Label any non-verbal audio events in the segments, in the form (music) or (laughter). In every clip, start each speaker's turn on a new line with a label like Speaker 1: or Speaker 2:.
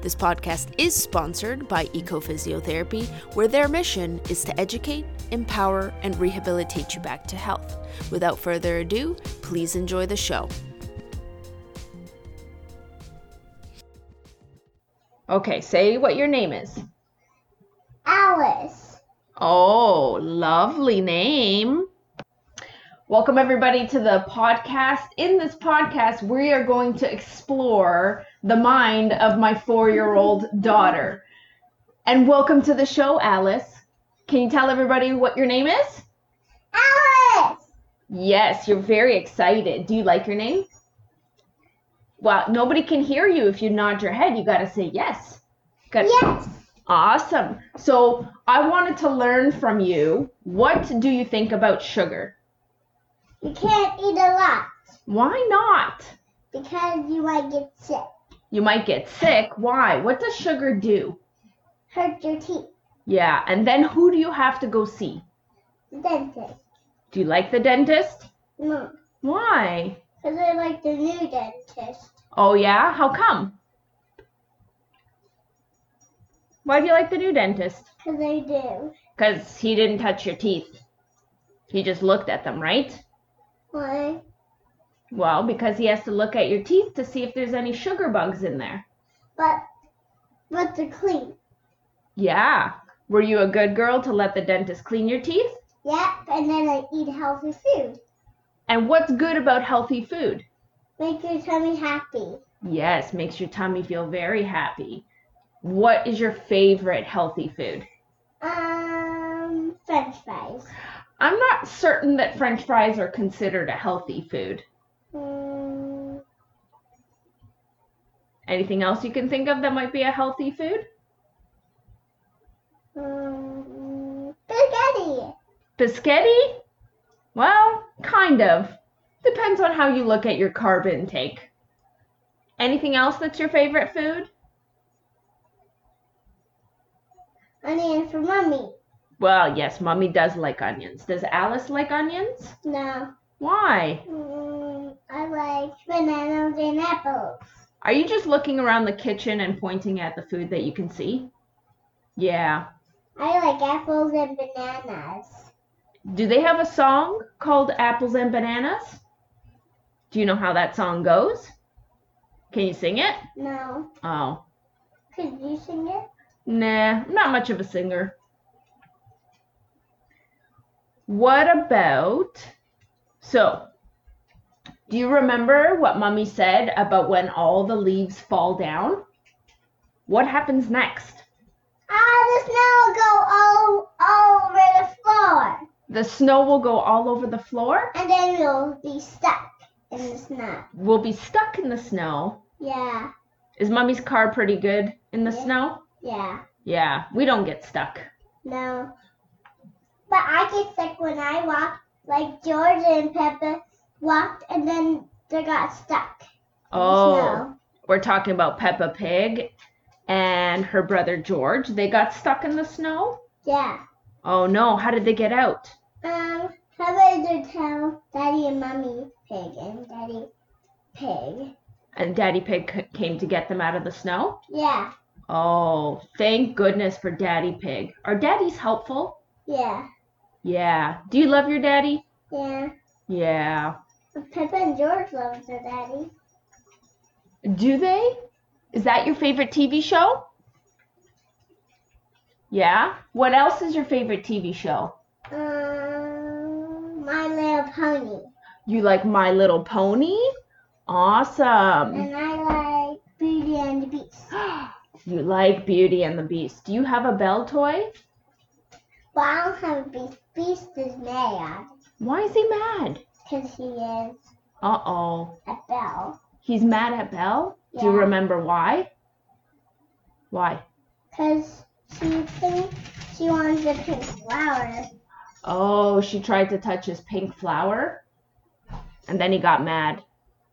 Speaker 1: This podcast is sponsored by Ecophysiotherapy, where their mission is to educate, empower, and rehabilitate you back to health. Without further ado, please enjoy the show. Okay, say what your name is.
Speaker 2: Alice.
Speaker 1: Oh, lovely name. Welcome, everybody, to the podcast. In this podcast, we are going to explore the mind of my four year old daughter. And welcome to the show, Alice. Can you tell everybody what your name is?
Speaker 2: Alice.
Speaker 1: Yes, you're very excited. Do you like your name? Well, nobody can hear you if you nod your head. You got to say yes. Got
Speaker 2: Yes.
Speaker 1: Awesome. So, I wanted to learn from you what do you think about sugar?
Speaker 2: You can't eat a lot
Speaker 1: Why not?
Speaker 2: because you might get sick.
Speaker 1: You might get sick. Why? What does sugar do?
Speaker 2: Hurt your teeth.
Speaker 1: Yeah, and then who do you have to go see?
Speaker 2: The dentist.
Speaker 1: Do you like the dentist?
Speaker 2: No.
Speaker 1: Why?
Speaker 2: Because I like the new dentist.
Speaker 1: Oh, yeah? How come? Why do you like the new dentist?
Speaker 2: Because I do.
Speaker 1: Because he didn't touch your teeth. He just looked at them, right?
Speaker 2: Why?
Speaker 1: Well, because he has to look at your teeth to see if there's any sugar bugs in there.
Speaker 2: But but they're clean.
Speaker 1: Yeah. Were you a good girl to let the dentist clean your teeth?
Speaker 2: Yep. And then I eat healthy food.
Speaker 1: And what's good about healthy food?
Speaker 2: Make your tummy happy.
Speaker 1: Yes, makes your tummy feel very happy. What is your favorite healthy food?
Speaker 2: Um, French fries.
Speaker 1: I'm not certain that french fries are considered a healthy food.
Speaker 2: Mm,
Speaker 1: Anything else you can think of that might be a healthy food?
Speaker 2: mm, spaghetti.
Speaker 1: Biscotti? Well, kind of. Depends on how you look at your carb intake. Anything else that's your favorite food?
Speaker 2: Onion for mommy.
Speaker 1: Well, yes, mommy does like onions. Does Alice like onions?
Speaker 2: No.
Speaker 1: Why?
Speaker 2: Mm, I like bananas and apples.
Speaker 1: Are you just looking around the kitchen and pointing at the food that you can see? Yeah.
Speaker 2: I like apples and bananas.
Speaker 1: Do they have a song called Apples and Bananas? Do you know how that song goes? Can you sing it?
Speaker 2: No.
Speaker 1: Oh.
Speaker 2: Could you sing it?
Speaker 1: Nah, I'm not much of a singer. What about. So, do you remember what Mummy said about when all the leaves fall down? What happens next?
Speaker 2: Oh, the snow will Ah, go all, all over the floor.
Speaker 1: The snow will go all over the floor?
Speaker 2: And then you'll be stuck in the snow.
Speaker 1: We'll be stuck in the snow.
Speaker 2: Yeah.
Speaker 1: Is Mummy's car pretty good in the
Speaker 2: Yeah.
Speaker 1: snow?
Speaker 2: Yeah.
Speaker 1: Yeah, we don't get stuck.
Speaker 2: No. But I get sick when I walk, like George and Peppa walked and then they got stuck. in the
Speaker 1: Oh,
Speaker 2: snow.
Speaker 1: we're talking about Peppa Pig and her brother George. They got stuck in the snow?
Speaker 2: Yeah.
Speaker 1: Oh no, how did they get out?
Speaker 2: Um, how about you tell Daddy and Mommy Pig and Daddy Pig?
Speaker 1: And Daddy Pig c- came to get them out of the snow?
Speaker 2: Yeah,
Speaker 1: Oh, thank goodness for Daddy Pig. Are daddies helpful?
Speaker 2: yeah,
Speaker 1: Yeah. Do you love your daddy?
Speaker 2: yeah.
Speaker 1: Yeah.
Speaker 2: Peppa and George love their daddy.
Speaker 1: Do they? Is that your favorite TV show? Yeah. What else is your favorite TV show?
Speaker 2: Um, My Little Pony.
Speaker 1: You like My Little Pony? Awesome. (gasps)
Speaker 2: And I like Beauty and the Beast.
Speaker 1: You like Beauty and the Beast. Do you have a bell toy?
Speaker 2: But I don't have a beast. Beast is mad
Speaker 1: Why is he mad?
Speaker 2: because he is
Speaker 1: Uh oh.
Speaker 2: a bell.
Speaker 1: He's mad at Belle? Do you
Speaker 2: Yeah.
Speaker 1: remember why? Why?
Speaker 2: Because she thinks she wants a pink flower.
Speaker 1: Oh, she tried to touch his pink flower? And then he got mad.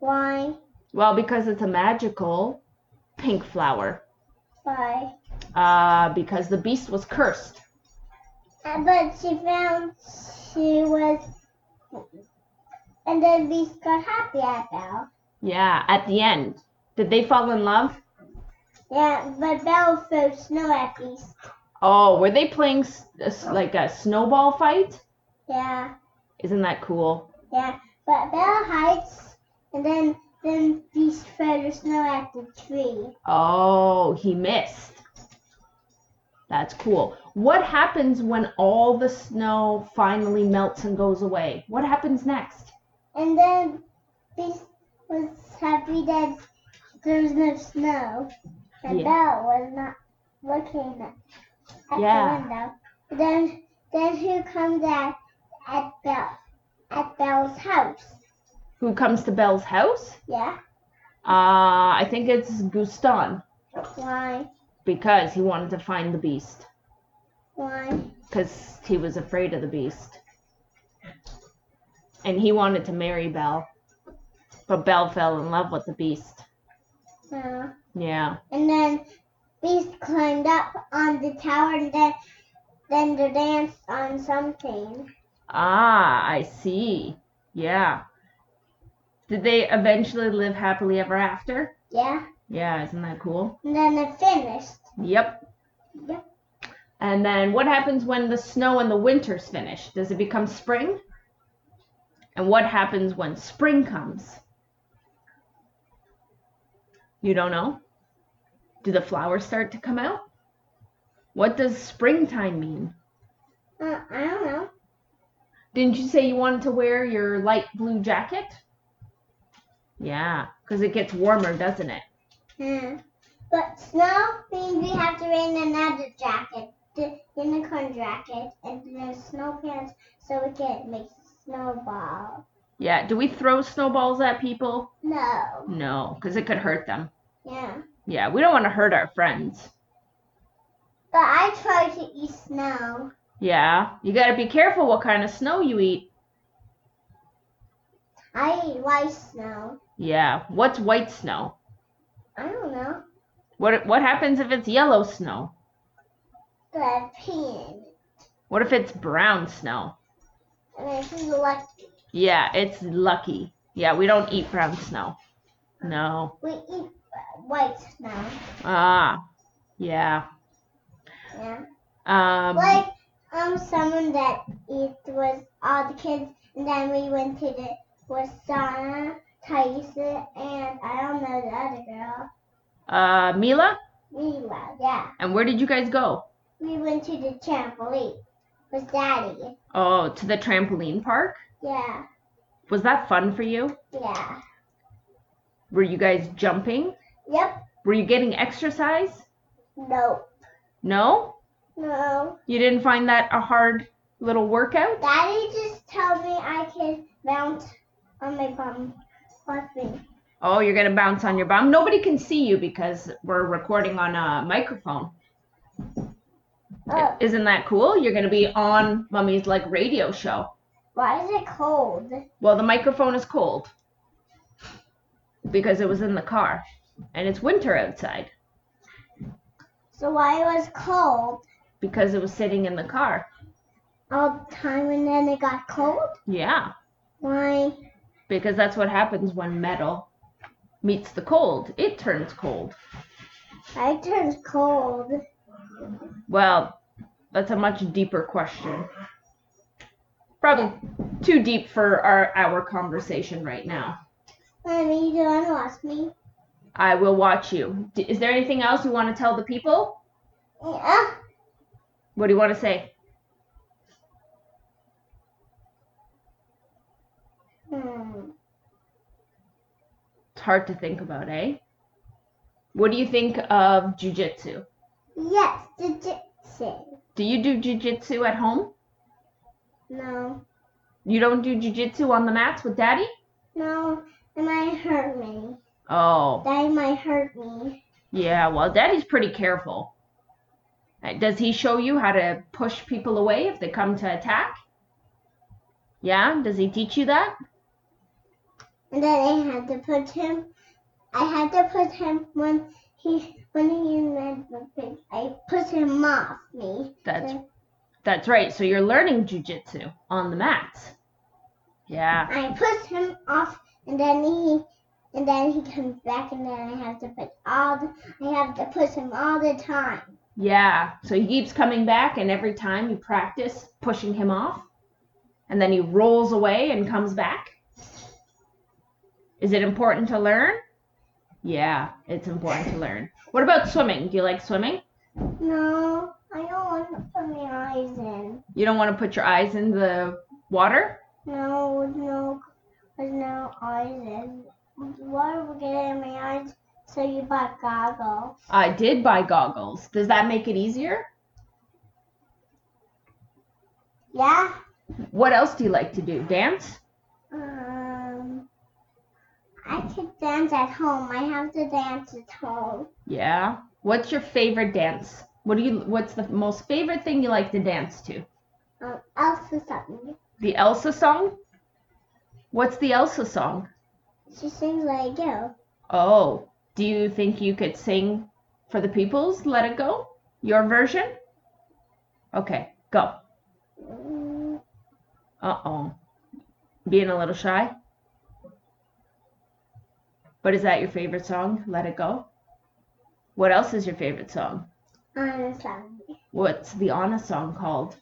Speaker 2: Why?
Speaker 1: Well, because it's a magical pink flower.
Speaker 2: Why?
Speaker 1: Uh, because the beast was cursed.
Speaker 2: Uh, But she found she was, and then Beast got happy at Belle.
Speaker 1: Yeah, at the end. Did they fall in love?
Speaker 2: Yeah, but Belle threw snow at Beast.
Speaker 1: Oh, were they playing s- a s- like a snowball fight?
Speaker 2: Yeah,
Speaker 1: Isn't that cool?
Speaker 2: yeah. But Belle hides, and then then Beast throws snow at the tree.
Speaker 1: Oh, he missed. That's cool. What happens when all the snow finally melts and goes away? What happens next?
Speaker 2: And then Beast was happy that there was no snow. And
Speaker 1: Yeah.
Speaker 2: Belle was not looking at, at
Speaker 1: Yeah.
Speaker 2: the window. Then then who comes at at Belle at Belle's house?
Speaker 1: Who comes to Belle's house?
Speaker 2: Yeah.
Speaker 1: Uh, I think it's Guston
Speaker 2: Why?
Speaker 1: because he wanted to find the beast
Speaker 2: Why?
Speaker 1: because he was afraid of the beast. And he wanted to marry Belle, but Belle fell in love with the beast.
Speaker 2: No.
Speaker 1: Yeah.
Speaker 2: And then Beast climbed up on the tower and then then they danced on something.
Speaker 1: Ah, I see. Yeah. Did they eventually live happily ever after?
Speaker 2: Yeah.
Speaker 1: Yeah, isn't that cool?
Speaker 2: And then it finished.
Speaker 1: Yep.
Speaker 2: Yep.
Speaker 1: And then what happens when the snow and the winter's finished? Does it become spring? And what happens when spring comes? You don't know? Do the flowers start to come out? What does springtime mean?
Speaker 2: Uh, I don't know.
Speaker 1: Didn't you say you wanted to wear your light blue jacket? Yeah, because it gets warmer, doesn't it?
Speaker 2: Hmm. But snow means we have to rain another jacket, the unicorn jacket, and there's snow pants so we can make snowball.
Speaker 1: Yeah, do we throw snowballs at people?
Speaker 2: No.
Speaker 1: No, because it could hurt them.
Speaker 2: Yeah.
Speaker 1: Yeah, we don't want to hurt our friends.
Speaker 2: But I try to eat snow.
Speaker 1: Yeah, you got to be careful what kind of snow you eat.
Speaker 2: I eat white snow.
Speaker 1: Yeah, what's white snow?
Speaker 2: I don't know.
Speaker 1: What what happens if it's yellow snow?
Speaker 2: The pin.
Speaker 1: What if it's brown snow?
Speaker 2: And this is like
Speaker 1: Yeah, it's lucky. Yeah, we don't eat brown snow. No.
Speaker 2: we eat white snow.
Speaker 1: Ah. Yeah.
Speaker 2: Yeah.
Speaker 1: Um
Speaker 2: Like um someone that it was all the kids and then we went to the was Sana, Thaisa, and I don't know the other girl.
Speaker 1: uh Mila?
Speaker 2: Mila, yeah.
Speaker 1: And where did you guys go?
Speaker 2: We went to the trampoline with Daddy.
Speaker 1: Oh, to the trampoline park?
Speaker 2: Yeah,
Speaker 1: Was that fun for you?
Speaker 2: yeah.
Speaker 1: Were you guys jumping?
Speaker 2: Yep.
Speaker 1: Were you getting exercise?
Speaker 2: No.
Speaker 1: No?
Speaker 2: No.
Speaker 1: You didn't find that a hard little workout?
Speaker 2: Daddy just told me I can mount on my bum with me.
Speaker 1: Oh, you're going to bounce on your bum. Nobody can see you because we're recording on a microphone.
Speaker 2: Oh,
Speaker 1: Isn't that cool? You're going to be on Mummy's like radio show.
Speaker 2: why is it cold?
Speaker 1: Well, the microphone is cold because it was in the car and it's winter outside
Speaker 2: So why it was cold
Speaker 1: because it was sitting in the car.
Speaker 2: all the time and then it got cold?
Speaker 1: Yeah.
Speaker 2: Why?
Speaker 1: because that's what happens when metal meets the cold. It turns cold.
Speaker 2: I turns cold.
Speaker 1: Well, that's a much deeper question. Probably too deep for our our conversation right now.
Speaker 2: Mommy, you don't watch me.
Speaker 1: I will watch you. D- is there anything else you want to tell the people?
Speaker 2: Yeah.
Speaker 1: What do you want to say?
Speaker 2: Hmm.
Speaker 1: It's hard to think about, eh? What do you think of jujitsu?
Speaker 2: Yes, jujitsu.
Speaker 1: Do you do jujitsu at home?
Speaker 2: No,
Speaker 1: You don't do jujitsu on the mats with daddy?
Speaker 2: no, it might hurt me.
Speaker 1: Oh,
Speaker 2: That might hurt me.
Speaker 1: Yeah, well, Daddy's pretty careful. Uh, Does he show you how to push people away if they come to attack? Yeah? Does he teach you that?
Speaker 2: And then I had to put him. I had to put him when he when he meant the thing. I put him off me.
Speaker 1: That's that's right. So you're learning jujitsu on the mats. Yeah.
Speaker 2: I put him off, and then he and then he comes back, and then I have to put all. The, I have to push him all the time.
Speaker 1: Yeah. So he keeps coming back and every time you practice pushing him off and then he rolls away and comes back. Is it important to learn? Yeah, it's important to learn. What about swimming? Do you like swimming?
Speaker 2: No, I don't want to put my eyes in.
Speaker 1: You don't want to put your eyes in the water?
Speaker 2: No, with no, with no eyes in. Why would get in my eyes? So you bought goggles.
Speaker 1: I did buy goggles. Does that make it easier?
Speaker 2: Yeah.
Speaker 1: What else do you like to do? Dance?
Speaker 2: Um, I could dance at home. I have to dance at home.
Speaker 1: Yeah. What's your favorite dance? What do you what's the most favorite thing you like to dance to?
Speaker 2: Um, Elsa something.
Speaker 1: The Elsa song? What's the Elsa song?
Speaker 2: She sings "Let It Go."
Speaker 1: Oh, do you think you could sing for the people's Let It Go? Your version? Okay, go.
Speaker 2: Mm,
Speaker 1: Uh-oh. Being a little shy? But is that your favorite song? Let It Go? What else is your favorite song?
Speaker 2: Anna something.
Speaker 1: What's the Anna song called?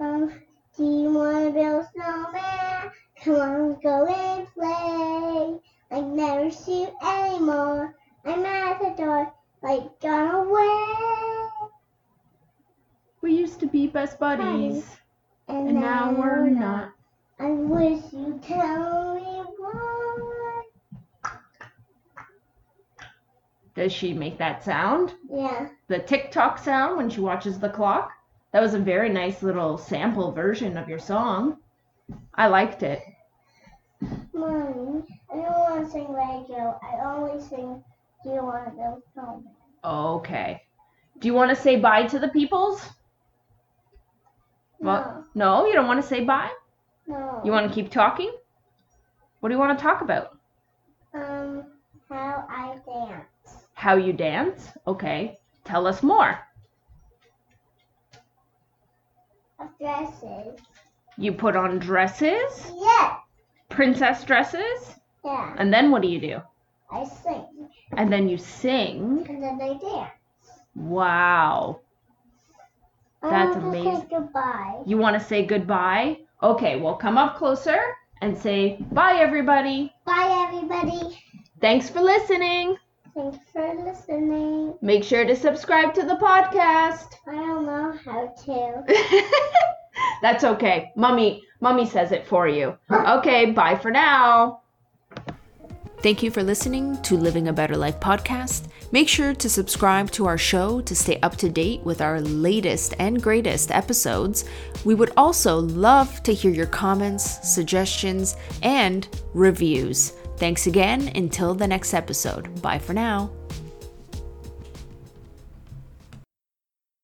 Speaker 2: Um, do you wanna build a snowman? Come on, let's go and play. I never see you anymore. I'm at the door, like gone away.
Speaker 1: We used to be best buddies,
Speaker 2: And,
Speaker 1: and now we're not.
Speaker 2: I wish you tell me why.
Speaker 1: Does she make that sound?
Speaker 2: Yeah,
Speaker 1: The tick-tock sound when she watches the clock? That was a very nice little sample version of your song. I liked it.
Speaker 2: mommy. I don't want to sing radio. I only sing. Do you wanna build a snowman?
Speaker 1: Okay. Do you want to say bye to the peoples? Well, no, you don't want to say bye?
Speaker 2: no, no.
Speaker 1: You want to keep talking? What do you want to talk about?
Speaker 2: um how I dance.
Speaker 1: How you dance? Okay. Tell us more.
Speaker 2: Of dresses.
Speaker 1: You put on dresses,
Speaker 2: Yeah,
Speaker 1: princess dresses,
Speaker 2: yeah.
Speaker 1: and then what do you do?
Speaker 2: I sing
Speaker 1: And then you sing.
Speaker 2: and then I dance.
Speaker 1: Wow. That's
Speaker 2: I want To say
Speaker 1: amazing.
Speaker 2: goodbye.
Speaker 1: You want to say goodbye? Okay, well, come up closer and say bye, everybody.
Speaker 2: Bye, everybody.
Speaker 1: Thanks for listening.
Speaker 2: Thanks for listening.
Speaker 1: Make sure to subscribe to the podcast.
Speaker 2: I don't know how to.
Speaker 1: That's okay. Mummy, mummy says it for you. Okay, bye for now.
Speaker 3: Thank you for listening to Living a Better Life podcast. Make sure to subscribe to our show to stay up to date with our latest and greatest episodes. We would also love to hear your comments, suggestions, and reviews. Thanks again. Until the next episode. Bye for now.